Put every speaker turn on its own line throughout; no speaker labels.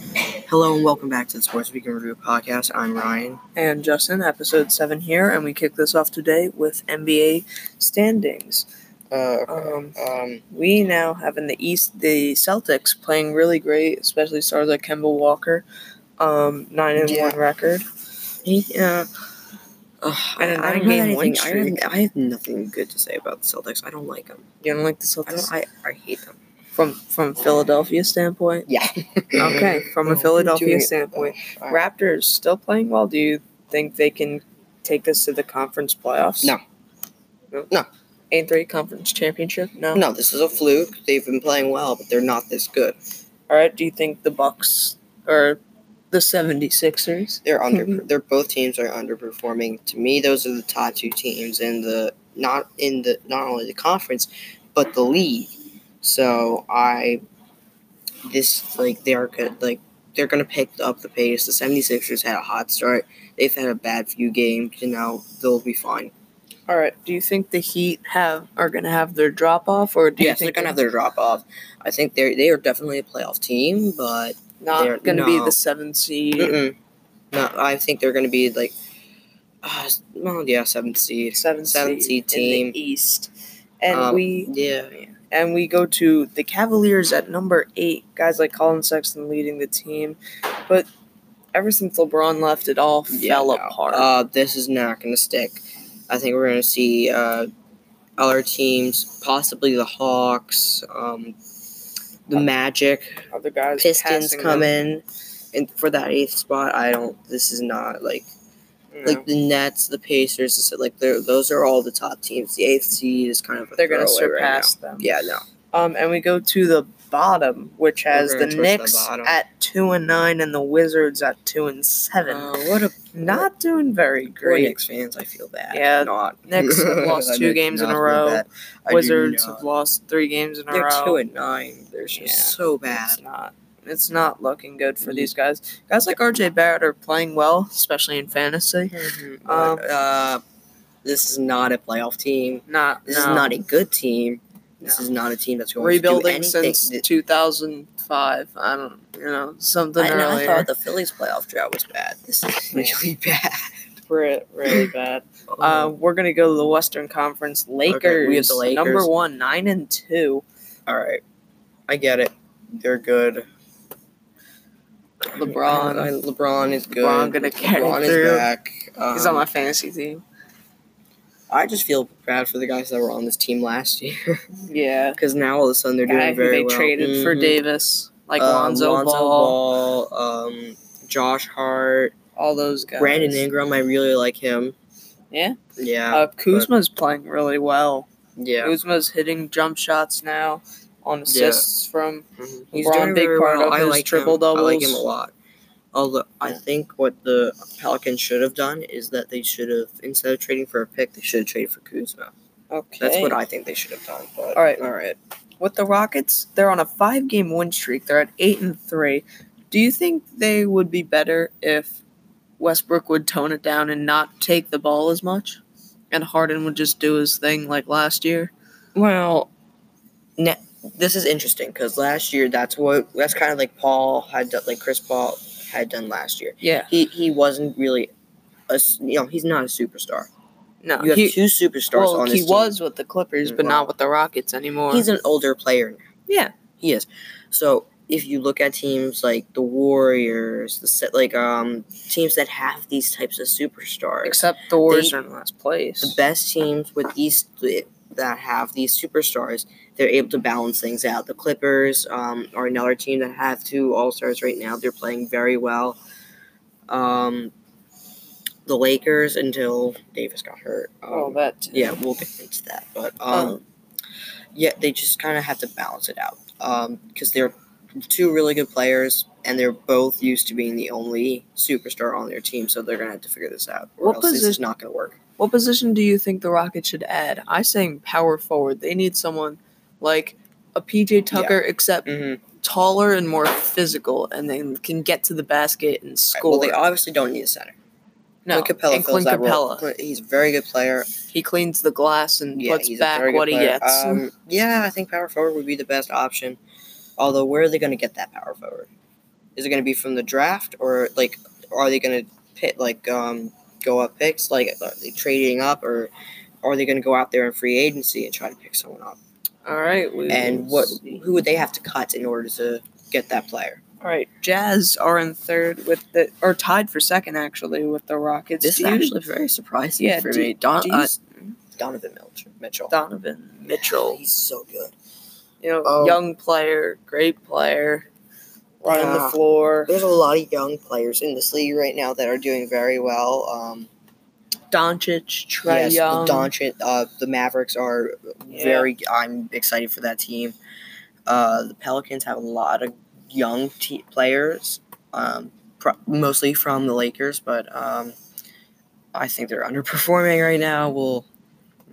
Hello and welcome back to the Sports Week in Review podcast. I'm Ryan.
and Justin, episode seven here, and we kick this off today with NBA standings.
Uh,
Um,
um,
we now have in the East the Celtics playing really great, especially stars like Kemba Walker, um, nine and
Yeah.
one record.
yeah. Ugh, I,
And a
I don't have
nine-game
anything.
win
I have, I have nothing good to say about the Celtics. I don't like them.
You don't like the
I don't.
Celtics
I, I hate them.
from from Philadelphia standpoint.
Yeah.
Okay, from
Oh,
a Philadelphia
doing it.
standpoint,
All right.
Raptors still playing well. Do you think they can take this to the conference playoffs?
No. No.
Eight three conference championship. No.
No, this is a fluke. They've been playing well, but they're not this good.
All right. Do you think the Bucks or the 76ers?
They're under.
Mhm.
They're both teams are underperforming. To me, those are the top two teams in the not in the not only the conference, but the league. So I, this like they are good. Like they're gonna pick up the pace. The 76ers had a hot start. They've had a bad few games. You know they'll be fine.
All right. Do you think the Heat have are going to have their drop off or do
Yes,
you
they're
think
gonna have their drop off. I think they're they are definitely a playoff team, but they're-
not going to be
no.
the 7 seed?
mm-mm. no, I think they're gonna be like, uh, s- well, yeah, seventh seed.
Seven,
Seven
seed,
seed team.
in the East. And
Um,
we
Yeah.
and we go to the Cavaliers at number eight. Guys like Colin Sexton leading the team, but ever since LeBron left, it all
Yeah,
fell
no.
apart.
Uh, this is not going to stick. I think we're going to see uh, other teams, possibly the Hawks, um, the Magic,
Other guys,
Pistons
Uh, passing
come
them,
in, and for that eighth spot, I don't. This is not like
you know,
like the Nets, the Pacers. It's like they're, those are all the top teams. The eighth seed is kind of a
they're going to
throwaway right now.
surpass them.
yeah, no.
Um, and we go to the bottom, which has
We're going towards
the
the
Knicks
bottom.
at two and nine, and the Wizards at two and seven.
Uh, what a
Not doing very
great
great.
Knicks fans. I feel bad.
Yeah,
not
Knicks have
I
lost two
do
games in
not
a
feel
row.
bad. I do
Wizards
not.
have lost three games in a
They're
row.
two and nine. They're just
Yeah.
so bad.
It's not. It's not looking good for
Mhm.
these guys. Guys like RJ Barrett are playing well, especially in fantasy. Um,
But, uh, this is not a playoff team.
Not
This is
no.
not a good team. This
No.
is not a team that's going
rebuilding
to do anything.
since
Th-
2005. I don't, you know, something
I, and I
earlier.
thought the Phillies playoff drought was bad. This is really bad. Um,
Re- really bad. Uh, we're gonna go to the Western Conference.
Oh.
Lakers,
we have the Lakers.
number one, nine and two.
all right, I get it. They're good.
LeBron.
I- LeBron is good.
LeBron gonna carry
LeBron
through.
is back. Um,
He's on my fantasy team.
I just feel bad for the guys that were on this team last year
Yeah,
because now all of a sudden they're
guy
doing
who
very
they
well.
traded for
Mhm.
Davis, like
Um,
Lonzo, Ball,
Ball, um, Josh Hart.
all those guys.
Brandon Ingram, I really like him.
Yeah?
Yeah.
Uh, Kuzma's playing really well.
yeah.
Kuzma's hitting jump shots now on assists from.
Mhm.
LeBron, big
very
part of
I
his
like him.
triple
I like him a
doubles.
lot. Although I
Yeah.
think what the Pelicans should have done is that they should have instead of trading for a pick, they should have traded for Kuzma.
Okay.
That's what I think they should have done. But
All right.
all right.
With the Rockets, they're on a five game win streak. They're at eight and three. Do you think they would be better if Westbrook would tone it down and not take the ball as much? And Harden would just do his thing like last year?
Well, ne- this is interesting because last year that's what that's kind of like Paul had done, like Chris Paul had done last year.
Yeah.
He he wasn't really a s- you know he's not a superstar.
No.
You have
he,
two superstars
well,
on
he
his team.
was with the Clippers, but
Well,
not with the Rockets anymore.
He's an older player now.
yeah.
He is. So if you look at teams like the Warriors, the set like um teams that have these types of superstars,
Except the Warriors are in last place.
the best teams with these that have these superstars, they're able to balance things out. The Clippers um, are another team that have two All Stars right now. They're playing very well. Um, the Lakers until Davis got hurt. Um,
oh, that.
yeah, we'll get into that. But um,
Um,
yeah, they just kind of have to balance it out because they're two really good players and they're both used to being the only superstar on their team, so they're gonna have to figure this out. Or
What
else this is
position-
not gonna work.
What position do you think the Rockets should add? I saying power forward. They need someone like a PJ Tucker, except
Mm-hmm.
taller and more physical, and then can get to the basket and score.
Well, they obviously don't need a center.
no,
Clint Capella
and
fills
Clint
that role.
Capella.
Clint- He's a very good player.
He cleans the glass and
Yeah,
puts
he's a very
back
good
what he
player.
gets.
Um, yeah, I think power forward would be the best option. Although, where are they going to get that power forward? Is it going to be from the draft or like are they going to pit like um go up picks like are they trading up or are they going to go out there in free agency and try to pick someone up?
All right. We
And what
see.
who would they have to cut in order to get that player?
All right. Jazz are in third with the or tied for second actually with the Rockets.
This is
Do you-
actually very surprising
Yeah,
for
do-
me. Don,
do you
uh,
s-
Donovan Mitchell. Mitchell.
Donovan Mitchell.
He's so good.
You know,
Oh.
young player, great player, running the
Yeah.
floor.
There's a lot of young players in this league right now that are doing very well. Um,
Doncic, Trey
yes,
Young.
Doncic, uh, the Mavericks are
Yeah.
very. I'm excited for that team. Uh, the Pelicans have a lot of young te- players, um, pro- mostly from the Lakers, but um, I think they're underperforming right now. Well,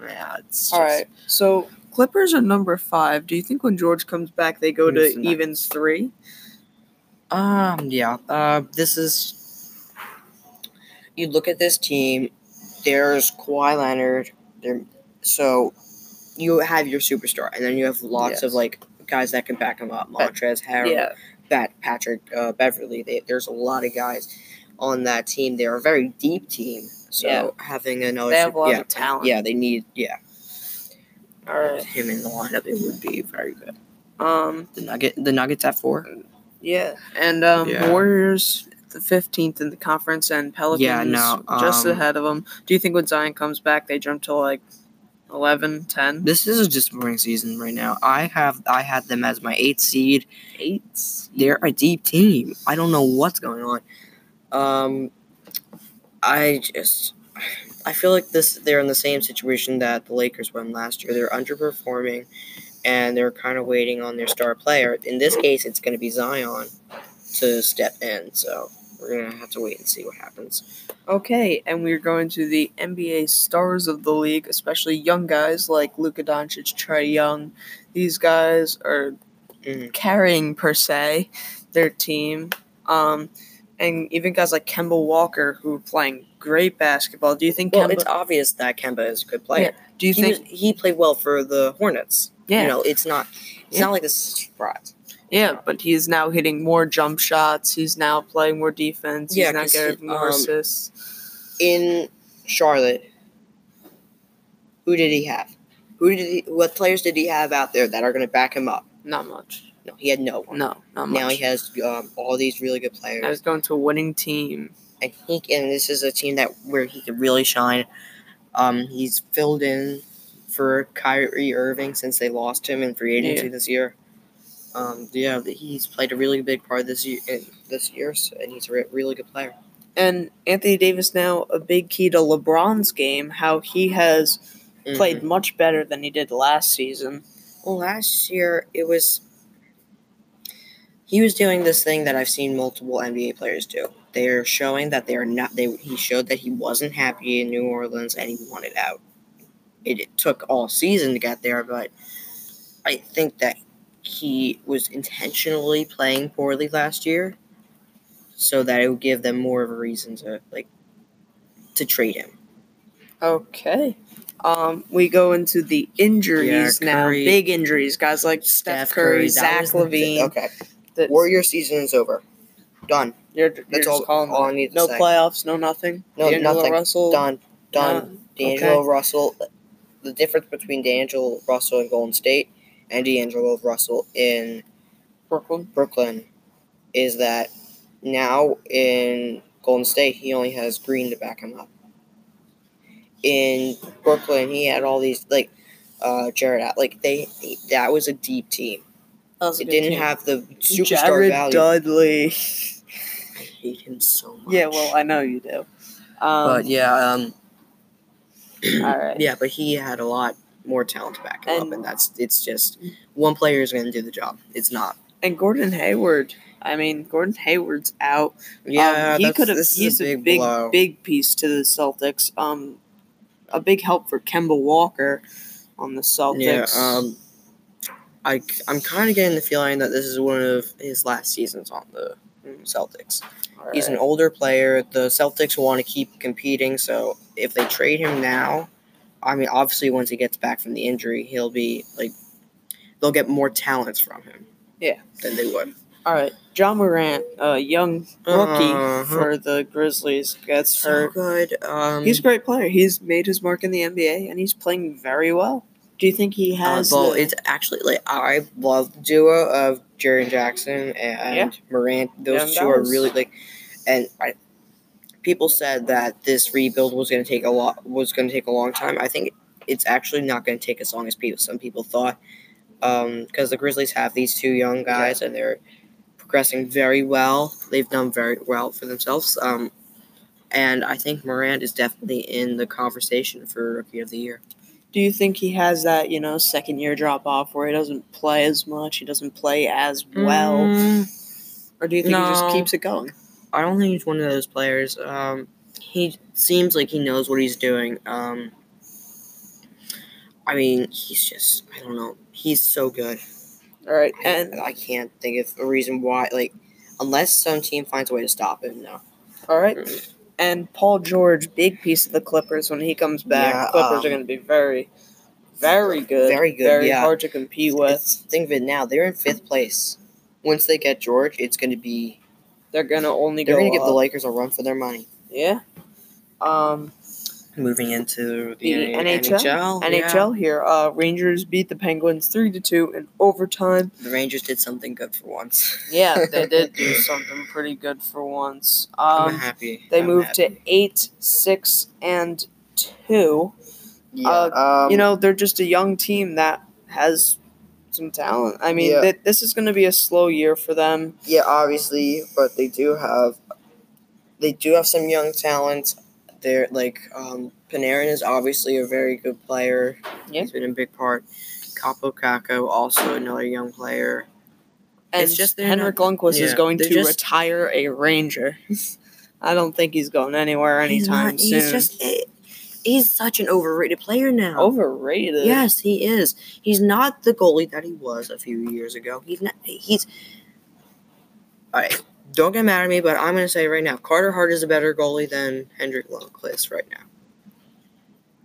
yeah, it's
All
just-
right. So Clippers are number five. Do you think when George comes back, they go
Moves
to
to nine.
evens three?
Um, yeah. Uh, this is. You look at this team. There's Kawhi Leonard. There, so you have your superstar, and then you have lots
Yes.
of like guys that can back him up.
But-
Montrez Harrell,
Yeah.
Bat Patrick uh, Beverly. They, there's a lot of guys on that team. They're a very deep team. So
Yeah.
having another,
They have a lot of
yeah,
talent.
Yeah, they need yeah
All right.
him in the lineup. It would be very good.
Um.
The Nugget, the Nuggets at four.
Yeah. And um,
Yeah.
Warriors the fifteenth in the conference, and Pelicans
no,
just
um,
ahead of them. Do you think when Zion comes back, they jump to like 11, 10?
This is a disappointing season right now. I have I had them as my eighth seed.
eight?
They're a deep team. I don't know what's going on. Um, I just I feel like this they're in the same situation that the Lakers were in last year. They're underperforming, and they're kind of waiting on their star player. In this case, it's going to be Zion to step in. So we're gonna have to wait and see what happens.
Okay, and we're going to the NBA stars of the league, especially young guys like Luka Doncic, Trey Young. These guys are
Mhm.
carrying per se their team, um, and even guys like Kemba Walker who are playing great basketball. Do you think
Well, it's
Kemba?
obvious that Kemba is a good player.
Do you
He,
think?
was- he played well for the Hornets.
yeah,
You know, it's not it's
Yeah.
not like this is a surprise.
yeah, but he's now hitting more jump shots. He's now playing more defense.
Yeah,
he's now
'cause,
getting more
um,
assists.
In Charlotte, who did he have? Who did he, what players did he have out there that are going to back him up?
Not much.
No, he had no one.
No, not much.
now he has um, all these really good
I
players,
was going to a winning team.
and he and this is a team that where he could really shine. Um, he's filled in for Kyrie Irving since they lost him in free agency this year. Um, yeah, he's played a really big part this year. This year, so- and he's a re- really good player.
and Anthony Davis now a big key to LeBron's game, how he has
Mm-hmm.
played much better than he did last season.
Well, last year it was. He was doing this thing that I've seen multiple NBA players do. They're showing that they are not. They he showed that he wasn't happy in New Orleans and he wanted out. It, it took all season to get there, but I think that he was intentionally playing poorly last year, so that it would give them more of a reason to like to trade him.
Okay. Um, we go into the injuries
Yeah,
now.
Curry-
Big injuries, guys like Steph, Curry,
that was
Zach
the thing.
Levine.
Okay,
that-
Warrior season is over. Done.
you're, you're
That's
just
all-
calling
all
them.
I need to
No
say.
playoffs, no nothing.
No,
D'Angelo
nothing.
Russell,
Done. Done.
no-
D'Angelo
Oh, okay.
Russell. The difference between D'Angelo Russell in Golden State and D'Angelo Russell in
Brooklyn.
Brooklyn is that now in Golden State he only has Green to back him up. In Brooklyn he had all these like uh, Jared Al- like they that was a deep team.
That was a
It
good
didn't
team.
have the superstar
Jared
value.
Dudley.
I hate him so much.
Yeah, well, I know you do. Um,
but yeah, um,
all right.
Yeah, but he had a lot more talent to back him up,
And-
and that's it's just one player is going to do the job. It's not.
And Gordon Hayward. I mean, Gordon Hayward's out. um, he could have. He's a big, big, piece to the Celtics. Um, a big help for Kemba Walker on the
yeah.
Celtics.
Um, I I'm kind of getting the feeling that this is one of his last seasons on the
Mm.
Celtics.
All
He's an
right.
older player. The Celtics want to keep competing, so if they trade him now, I mean, obviously once he gets back from the injury, he'll be like, they'll get more talents from him.
Yeah.
Than they would.
All right, John Morant, a young rookie
Uh-huh.
for the Grizzlies, gets
So
hurt.
good. Um,
He's a great player. He's made his mark in the NBA, and he's playing very well. Do you think
Uh,
he has?
oddball.
the-
It's actually like I love the duo of Jaron Jackson and
Yeah.
Morant. Those
Yeah,
two
that
are
was-
really like, and I. People said that this rebuild was going to take a lot. Was going to take a long time. I think it's actually not going to take as long as people some people thought, because the Grizzlies have these two young guys and they're progressing very well. They've done very well for themselves. Um, and I think Morant is definitely in the conversation for Rookie of the Year.
do you think he has that you know second year drop off where he doesn't play as much, he doesn't play as well, Mm. or do you think he just
no.
keeps it going?
I don't think he's one of those players. Um, he seems like he knows what he's doing. Um, I mean, he's just I don't know. He's so good,
All right,
and
and
I can't think of a reason why. Like, unless some team finds a way to stop him, no.
all right, and Paul George, big piece of the Clippers when he comes back.
Yeah,
Clippers are
um,
going to be very, very good,
Very good,
very
yeah.
hard to compete with.
Let's think of it now. They're in fifth place. Once they get George, it's going to be
They're going to only
they're
go
going to give the
up.
Lakers a run for their money.
yeah. Um,
Moving into
The
the,
NHL?
NHL, yeah.
NHL here. Uh, Rangers beat the Penguins three to two in overtime.
the Rangers did something good for once.
Yeah, they did do something pretty good for once.
I'm
Um,
happy.
they
I'm
moved
happy.
to eight, six, and two.
Yeah, um,
Uh, you know, they're just a young team that has some talent. I mean,
Yeah.
th- this is going to be a slow year for them.
Yeah, obviously, but they do have they do have some young talent. They're like um, Panarin is obviously a very good player.
Yeah.
He's been a big part. Capo Caco, also another young player.
And
It's just they're
Henrik Lundqvist is
yeah,
going to
they're just-
retire a Ranger. I don't think he's going anywhere anytime
he's
soon.
just eh, he's such an overrated player now.
overrated.
Yes, he is. He's not the goalie that he was a few years ago. He's not. He's. All right. Don't get mad at me, but I'm going to say right now, Carter Hart is a better goalie than Hendrik Lundqvist right now.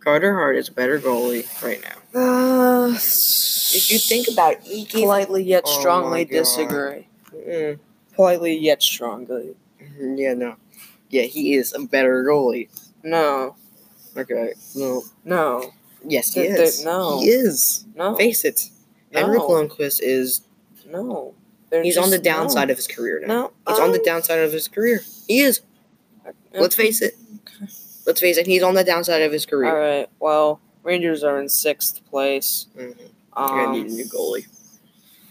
Carter Hart is a better goalie right now.
Uh,
If you think about it, he gave-
politely yet
Oh my
strongly
God.
disagree.
Mm,
Politely yet strongly.
yeah, no, yeah, he is a better goalie.
No,
Okay, no,
no,
yes, he
Th- th-
is.
no.
he is.
no,
Face it, Henrik Lundqvist is.
no. They're
He's
just-
on the
no.
downside of his career now.
No,
He's on the
um,
downside of his career. He is. Let's face it. Let's face it. He's on the downside of his
All
career.
right. Well, Rangers are in sixth place.
Mhm. They're gonna need a
Um,
new goalie.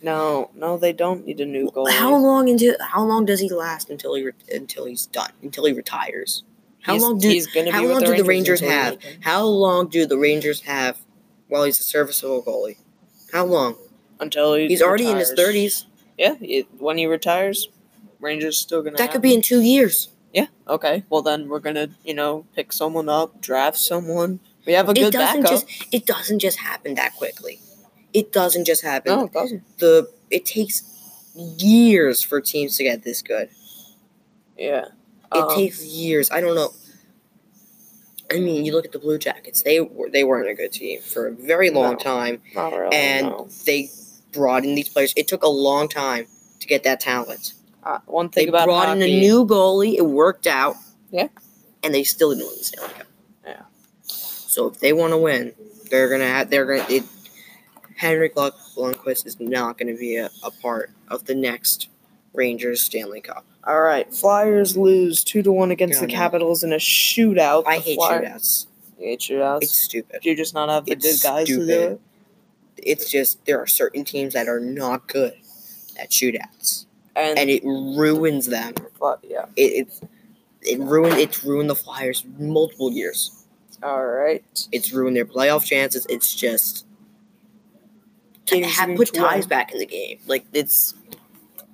no, no, they don't need a new goalie.
How long until? How long does he last until he re- until he's done? Until he retires? How
He's-
long do?
he's gonna be
how
with
long
the
do the Rangers
Rangers until
have?
they make him.
How long do the Rangers have while he's a serviceable goalie? How long?
until he
He's already in his
retires.
thirties.
Yeah, it, when he retires, Rangers still gonna.
That
have
could be
him.
in two years.
Yeah. Okay. Well, then we're gonna you know pick someone up, draft someone. We have a
It
good
doesn't
backup.
just. It doesn't just happen that quickly. It doesn't just happen.
no, it doesn't.
The it takes years for teams to get this good.
Yeah.
It
Um,
takes years. I don't know. I mean, you look at the Blue Jackets. They were they weren't a good team for a very long
No.
time,
um, not really,
and
no.
they brought in these players. It took a long time to get that talent.
Uh, one thing
they
about
brought in
hockey-
a new goalie. It worked out.
Yeah.
And they still didn't win the Stanley Cup.
Yeah.
So if they want to win, they're gonna have. They're gonna. It, Henrik Lund- Lundqvist is not gonna be a, a part of the next Rangers Stanley Cup.
All right, Flyers lose two to one against
No,
the
no.
Capitals in a shootout.
I
The
hate
Flyers-
shootouts.
You hate shootouts.
It's stupid.
Do you just not have the
It's
good guys to do
stupid.
it?
it's just there are certain teams that are not good at shootouts,
And,
and it ruins them.
but, yeah,
It it's it ruined it's ruined the Flyers multiple years.
all right.
It's ruined their playoff chances. It's just
Teams
have
need
put
to win.
ties back in the game. Like it's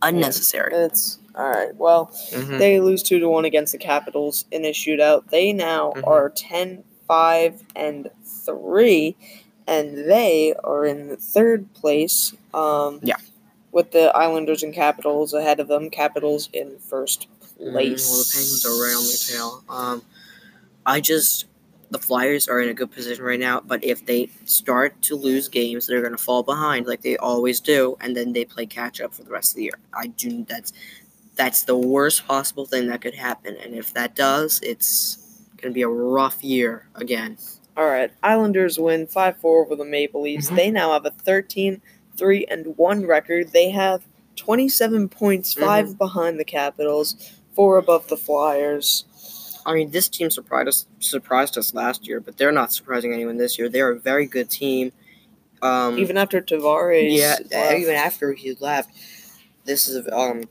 unnecessary.
It's all right. Well,
Hmm.
they lose two to one against the Capitals in a shootout. They now
Mhm.
are 10, 5, and three, and they are in third place. Um,
Yeah.
with the Islanders and Capitals ahead of them. Capitals in first
Mm,
place.
Well, the Penguins are right on their tail. Um, I just the Flyers are in a good position right now, but if they start to lose games, they're going to fall behind like they always do, and then they play catch up for the rest of the year. I do that's that's the worst possible thing that could happen, and if that does, it's going to be a rough year again.
All right. Islanders win 5 4 over the Maple Leafs.
Mhm.
They now have a 13 3 and 1 record. They have 27 points,
Mm-hmm.
5 behind the Capitals, 4 above the Flyers.
I mean, this team surprised us surprised us last year, but they're not surprising anyone this year. They're a very good team. Um,
Even after Tavares. uh,
yeah,
left.
even after he left, this is a um,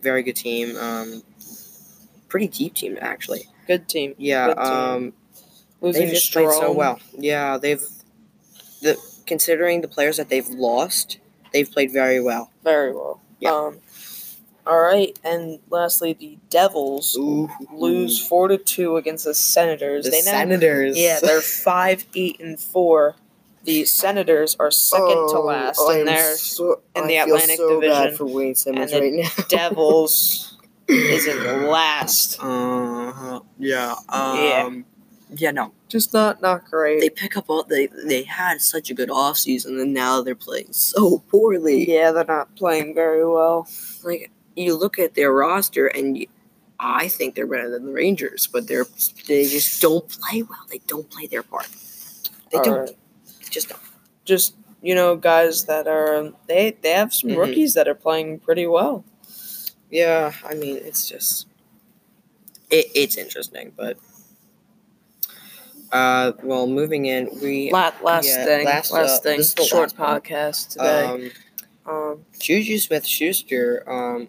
very good team. Um, pretty deep team actually.
Good team.
Yeah,
Good team.
um,
Losing
they've just played so
Strome.
well. Yeah, they've the considering the players that they've lost, they've played very well.
Very well.
Yeah.
Um, all right. And lastly, the Devils
Ooh,
lose 4 to 2 against the Senators.
the
they now
Senators.
Yeah, they're five, eight, and four. The Senators are second to
Oh,
last,
I am
and they're
so,
in
I
the
feel
Atlantic
so
Division,
Bad for Wayne Simmons
and
right now.
Devils is in last.
Uh-huh. Yeah.
Yeah.
Um, yeah. No.
Just not not great.
They pick up all they they had such a good offseason and now they're playing so poorly.
yeah, they're not playing very well.
Like you look at their roster and you, I think they're better than the Rangers, but they're they just don't play well. They don't play their part. They
All
don't
right.
just don't.
Just you know, guys that are they they have some
Mhm.
rookies that are playing pretty well.
Yeah, I mean, it's just it, it's interesting, but uh well, moving in, we
La- last
Yeah,
thing,
last, uh,
last, thing,
this is the
short
last
podcast today.
um
Um,
Juju Smith Schuster um,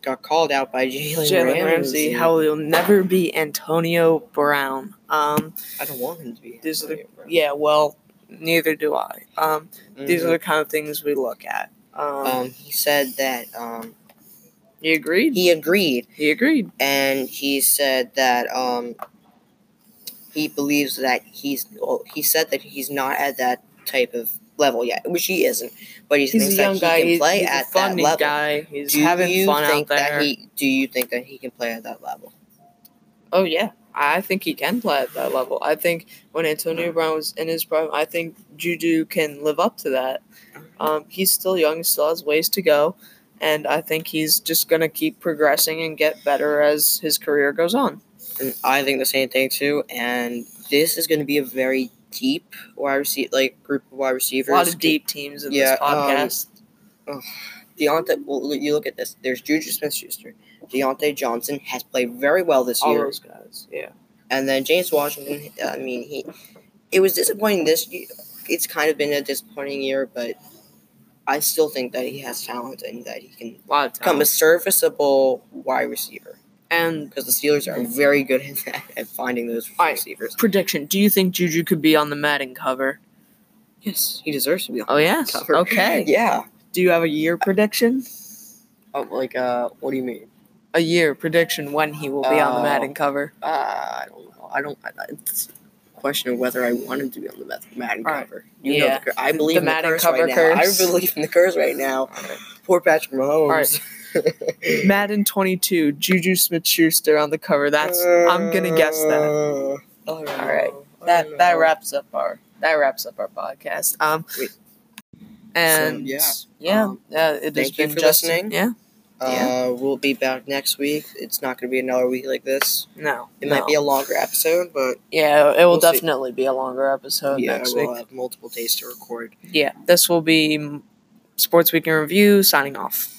got called out by Jalen
Jalen
Ramsey.
Ramsey, how he'll never be Antonio Brown. Um,
I don't want him to be.
These are the-
Antonio Brown.
yeah, well, neither do I. Um, These are
Mhm.
the kind of things we look at. Um,
Um, he said that um,
he agreed.
he agreed,
He agreed.
and he said that um, he believes that he's. Well, he said that he's not at that type of level yet, which he isn't. But he
He's
thinks
a young
that
guy.
he can
He's,
play
he's
at that
a funny
level.
guy. He's
Do
having
you
fun
think
out there.
that he? Do you think that he can play at that level?
oh yeah, I think he can play at that level. I think when Antonio Brown was in his prime, I think Juju can live up to that.
Uh-huh.
Um, he's still young. Still has ways to go, and I think he's just gonna keep progressing and get better as his career goes on.
And I think the same thing too. And this is going to be a very deep wide receiver, like group of wide
A
receivers.
lot of deep teams in
Yeah,
this
um,
podcast.
Deontay. Well, look- you look at this. There's Juju Smith-Schuster. Deontay Johnson has played very well this
all
year,
those guys. Yeah.
and then James Washington. I mean, he. It was disappointing this. year. It's kind of been a disappointing year, but I still think that he has talent and that he can
A lot of
become a
talent.
serviceable wide receiver
And
because the Steelers are very good at that at finding those
All right.
receivers.
prediction. Do you think Juju could be on the Madden cover?
Yes, he deserves to be on
Oh yes.
cover.
Okay.
Yeah.
Do you have a year prediction?
Oh, like, uh, what do you mean?
A year prediction when he will be on the
Oh.
Madden cover.
Uh, I don't know. I don't. I, it's a question of whether I wanted to be on the Mad- Madden
Alright.
cover. You know,
Yeah.
the, cur- I believe
The
in the
Madden
curse
cover
right
curse.
now. I believe in the curse right now. Poor Patrick Mahomes.
Madden 22, Juju Smith-Schuster on the cover. That's I'm gonna guess that.
All right.
Alright. Uh, That that wraps up our that wraps up our podcast. Um,
Wait.
and
yeah,
yeah, yeah, uh,
um,
it has
thank you
been
for
Justin-
listening.
Yeah,
Uh, We'll be back next week. It's not going to be another week like this.
no,
It might be a longer episode, but
yeah. It will
We'll see.
definitely be a longer episode
yeah,
Uh, next
we'll
week. uh,
have multiple days to record.
Yeah, this will be mm, Sports Week in Review signing off.